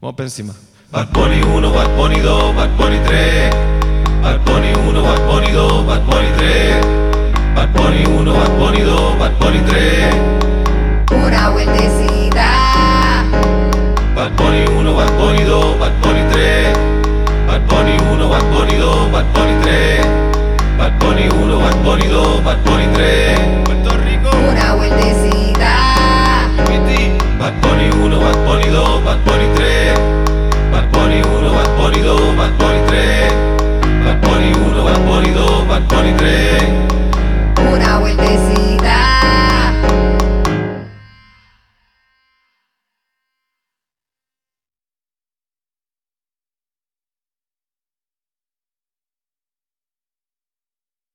Vamos para encima. Bad Bunny 1, Bad Bunny 2, Bad Bunny 3. Bad Bunny 1, Bad Bunny 2, Bad Bunny 3. Bad Bunny 1, Bad Bunny 2, Bad Bunny 3. Una vueltecita. Bad Bunny 1, Bad Bunny 2, Bad Bunny 3. Bad Bunny 1, Bad Bunny 2, Bad Bunny 3. Bad Bunny 1, Bad Bunny 2, Bad Bunny 3. Puerto Rico. Una vueltecita. Bad Bunny 1, Bad Bunny 2, Bad Bunny 3 Bad Bunny 1, Bad Bunny 2, Bad Bunny 3 Bad Bunny 1, Bad Bunny 2, Bad Bunny 3 Una vueltecita.